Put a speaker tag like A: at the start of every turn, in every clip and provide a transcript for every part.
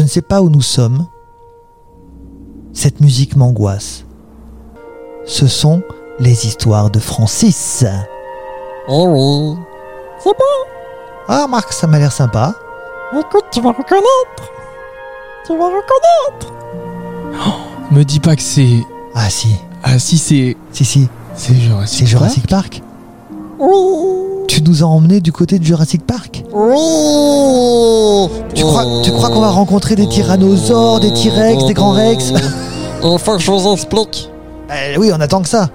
A: ne sais pas où nous sommes, cette musique m'angoisse. Ce sont les histoires de Francis.
B: Eh oui. C'est bon.
A: Ah, Marc, ça m'a l'air sympa.
B: Écoute, tu vas reconnaître. Tu vas reconnaître. Oh,
C: Me dis pas que c'est.
A: Ah, si,
C: Ah si, c'est.
A: si, si,
C: C'est Jurassic.
A: c'est
C: Park.
A: Jurassic Park.
B: Oui.
A: Tu nous as emmenés du côté de Jurassic Park
B: Oui.
A: Tu crois, tu crois qu'on va
B: Oh.
A: rencontrer des tyrannosaures, des T-Rex, des grands Rex
B: Oh. Il faut que je vous explique.
A: Eh Oui, on attend que ça.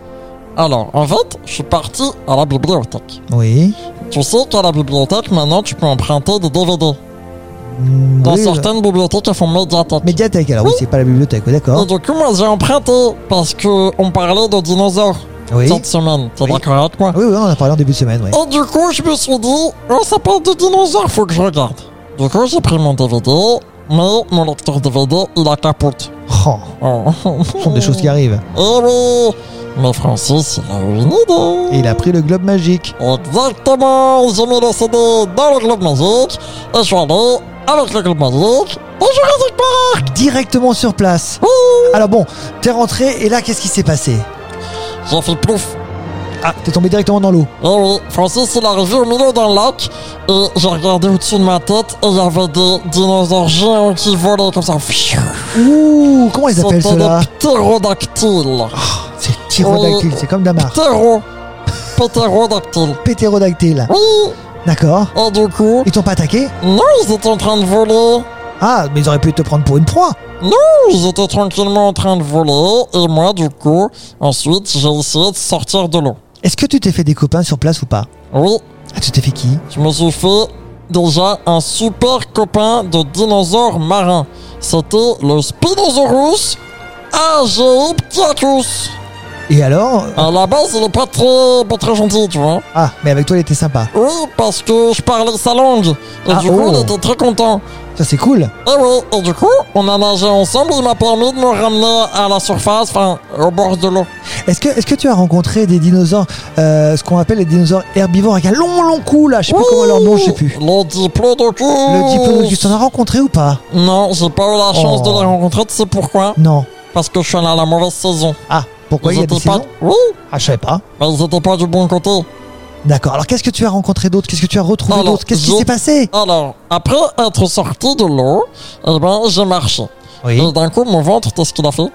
B: Alors, en fait, je suis parti à la bibliothèque.
A: Oui.
B: Tu sais qu'à la bibliothèque, maintenant, tu peux emprunter des DVD.
A: Mm,
B: Dans
A: oui,
B: certaines bibliothèques, elles font médiathèque.
A: euh, Médiathèque, alors oui, c'est pas la bibliothèque, ouais,
B: Et
A: d'accord.
B: du coup, moi, j'ai emprunté parce que on parlait de dinosaures
A: Oui.
B: cette semaine. T'es
A: Oui.
B: d'accord avec moi
A: Ah Oui, oui, on en a parlé en début de semaine, ouais.
B: Et du coup, je me suis dit, oh, ça parle de dinosaures, faut que je regarde. Du coup, j'ai pris mon DVD, mais mon lecteur DVD, il a capote.
A: Oh,
B: Oh.
A: ce sont des choses qui arrivent.
B: Eh oui Mais Francis, il a eu une idée.
A: Et il a pris le globe magique.
B: Exactement, j'ai mis le CD dans le globe magique, et je suis allé avec le globe magique, et Jurassic Park
A: Directement sur place.
B: Ouh.
A: Alors bon, t'es rentré et là, qu'est-ce qui s'est passé
B: J'ai fait plouf
A: Ah, t'es tombé directement dans l'eau.
B: Eh oui, Francis, il est arrivé au milieu d'un lac, et j'ai regardé au-dessus de ma tête, et il y avait des dinosaures géants qui volaient comme ça. Pfiou.
A: Ouh, comment ils appellent
B: C'était
A: cela
B: des ptérodactyles.
A: C'est ptérodactyle, c'est comme Damar.
B: Ptéro. Ptérodactyles.
A: Ptérodactyle.
B: Oui,
A: D'accord.
B: et du coup,
A: Ils t'ont pas attaqué
B: non, ils étaient en train de voler.
A: Ah, mais ils auraient pu te prendre pour une proie.
B: Ils étaient tranquillement en train de voler, et moi, du coup, ensuite, j'ai essayé de sortir de l'eau.
A: Est-ce que tu t'es fait des copains sur place ou pas
B: Oui,
A: Ah, tu t'es fait qui
B: je me suis fait déjà un super copain de dinosaure marin. C'était le Spinosaurus Aegyptiacus.
A: Et alors
B: À la base, il est pas très, pas très gentil, tu vois.
A: Ah, mais avec toi, il était sympa.
B: Oui, parce que je parlais sa langue. Et
A: Ah,
B: du coup,
A: oh.
B: il était très content.
A: Ça, c'est cool.
B: Et oui, et du coup, on a nagé ensemble. Il m'a permis de me ramener à la surface, enfin, au bord de l'eau.
A: Est-ce que, est que tu as rencontré des dinosaures, euh, ce qu'on appelle les dinosaures herbivores, avec un long, long cou, là Je sais plus comment leur nom, je sais plus.
B: Le diplodocus.
A: Le diplodocus, t'en as rencontré ou pas
B: Non, j'ai pas eu la chance
A: Oh.
B: de les rencontrer. Tu sais pourquoi
A: Non.
B: Parce que je suis allé à la mauvaise saison.
A: Ah, pourquoi il y a
B: étaient
A: des
B: pas...
A: saisons
B: Oui,
A: Ah, je savais pas.
B: mais ils étaient pas du bon côté.
A: D'accord. Alors, qu'est-ce que tu as rencontré d'autre Qu'est-ce que tu as retrouvé
B: Alors,
A: d'autre Qu'est-ce qui
B: je-
A: s'est passé
B: Alors, après être sorti de l'eau, eh ben, j'ai marché.
A: Oui.
B: Et d'un coup, mon ventre, tu sais ce qu'il a fait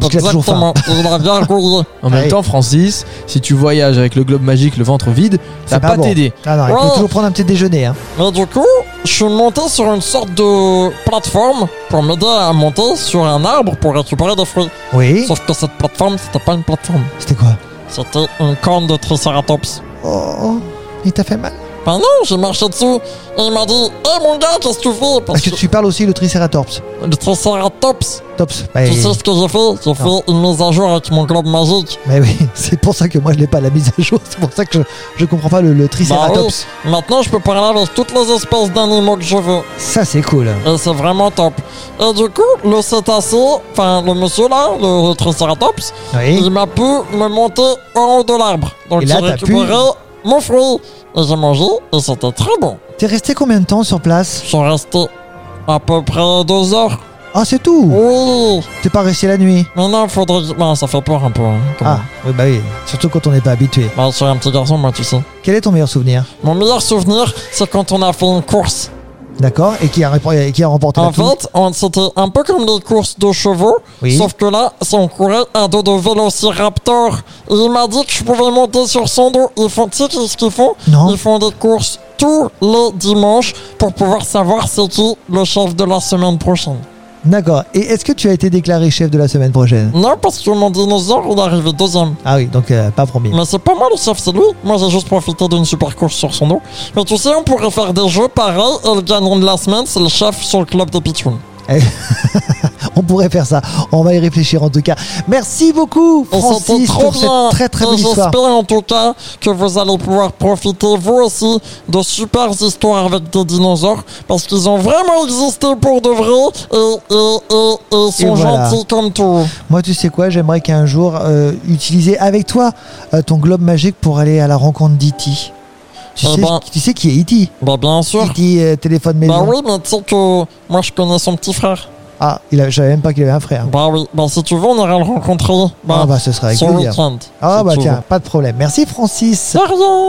A: Parce qu'il a toujours faim.
B: Exactement, il a gargouillé.
C: En même
A: Allez.
C: temps, Francis, si tu voyages avec le globe magique, le ventre vide, ça va
A: C'est
C: pas,
A: bon.
C: t'aider.
A: Ah non, il faut
B: Oh.
A: toujours prendre un petit déjeuner. Hein.
B: Mais du coup, je suis monté sur une sorte de plateforme pour m'aider à monter sur un arbre pour récupérer des fruits.
A: Oui.
B: Sauf que cette plateforme, c'était pas une plateforme.
A: C'était quoi
B: C'était une corne de Triceratops.
A: Oh, il t'a fait mal.
B: Ben non, j'ai marché dessus. Et il m'a dit, hé mon gars, qu'est-ce que tu fais Parce
A: Est-ce que
B: que
A: tu parles aussi le Triceratops
B: le Triceratops,
A: Tops. Bah,
B: tu sais ce que j'ai fait J'ai fait une mise à jour avec mon globe magique.
A: Mais oui, c'est pour ça que moi je l'ai pas la mise à jour. C'est pour ça que je, je comprends pas le, le
B: Bah oh. oui,
A: Triceratops.
B: maintenant je peux parler avec toutes les espèces d'animaux que je veux.
A: Ça c'est cool.
B: Et c'est vraiment top. Et du coup, le cétacé, enfin le monsieur là, le Triceratops,
A: Oui.
B: il m'a pu me monter en haut de l'arbre. Donc
A: Et là,
B: j'ai
A: t'as
B: récupéré
A: pu-
B: mon fruit. Et j'ai mangé et c'était très bon.
A: T'es resté combien de temps sur place
B: Je suis resté à peu près deux heures.
A: Ah c'est tout.
B: Oh. Oui,
A: T'es pas resté la nuit.
B: maintenant faudrait... Ben, ça fait peur un peu. hein, quand
A: Ah
B: même.
A: oui bah oui. Surtout quand on n'est pas habitué.
B: Ben, je suis un petit garçon, moi, tu sais.
A: Quel est ton meilleur souvenir
B: Mon meilleur souvenir, c'est quand on a fait une course.
A: D'accord. Et qui a, répro- et qui a remporté la
B: En
A: tour
B: fait, on- c'était un peu comme les courses de chevaux,
A: Oui.
B: sauf que là, si on courait à dos de vélociraptor, il m'a dit que je pouvais monter sur son dos. Ils font, tu sais ce qu'ils font
A: Non.
B: Ils font des courses tous les dimanches pour pouvoir savoir c'est qui le chef de la semaine prochaine.
A: D'accord. Et est-ce que tu as été déclaré chef de la semaine prochaine
B: Non, parce que mon dinosaure, il est arrivé deuxième.
A: Ah oui, donc euh, pas promis.
B: Mais c'est pas moi le chef, c'est lui. Moi, j'ai juste profité d'une super course sur son dos. Mais tu sais, on pourrait faire des jeux pareils et le gagnant de la semaine, c'est le chef sur le club de Pitchoun.
A: On pourrait faire ça. On va y réfléchir en tout cas. Merci beaucoup
B: On s'entend
A: Francis
B: trop
A: pour
B: bien.
A: cette très très
B: Et
A: belle histoire.
B: J'espère en tout cas que vous allez pouvoir profiter vous aussi de super histoires avec des dinosaures parce qu'ils ont vraiment existé pour de vrai et, et- et- et sont
A: Et voilà.
B: gentils comme tout.
A: Moi, tu sais quoi, j'aimerais qu'un jour euh, utiliser avec toi euh, ton globe magique pour aller à la rencontre d'E.T. Tu
B: Eh
A: sais,
B: ben-
A: tu sais qui est E E.T.
B: Bah bien sûr.
A: E.T. euh, téléphone maison.
B: Bah oui, mais tu sais que moi je connais son petit frère.
A: Ah, il a, je savais même pas qu'il avait un frère.
B: Bah oui, bah si tu veux, on ira le rencontrer.
A: ah
B: Bah,
A: bah ce serait avec
B: son
A: plaisir.
B: week-end.
A: Ah
B: si
A: bah
B: tu
A: tiens,
B: veux.
A: pas de problème. Merci Francis.
B: De rien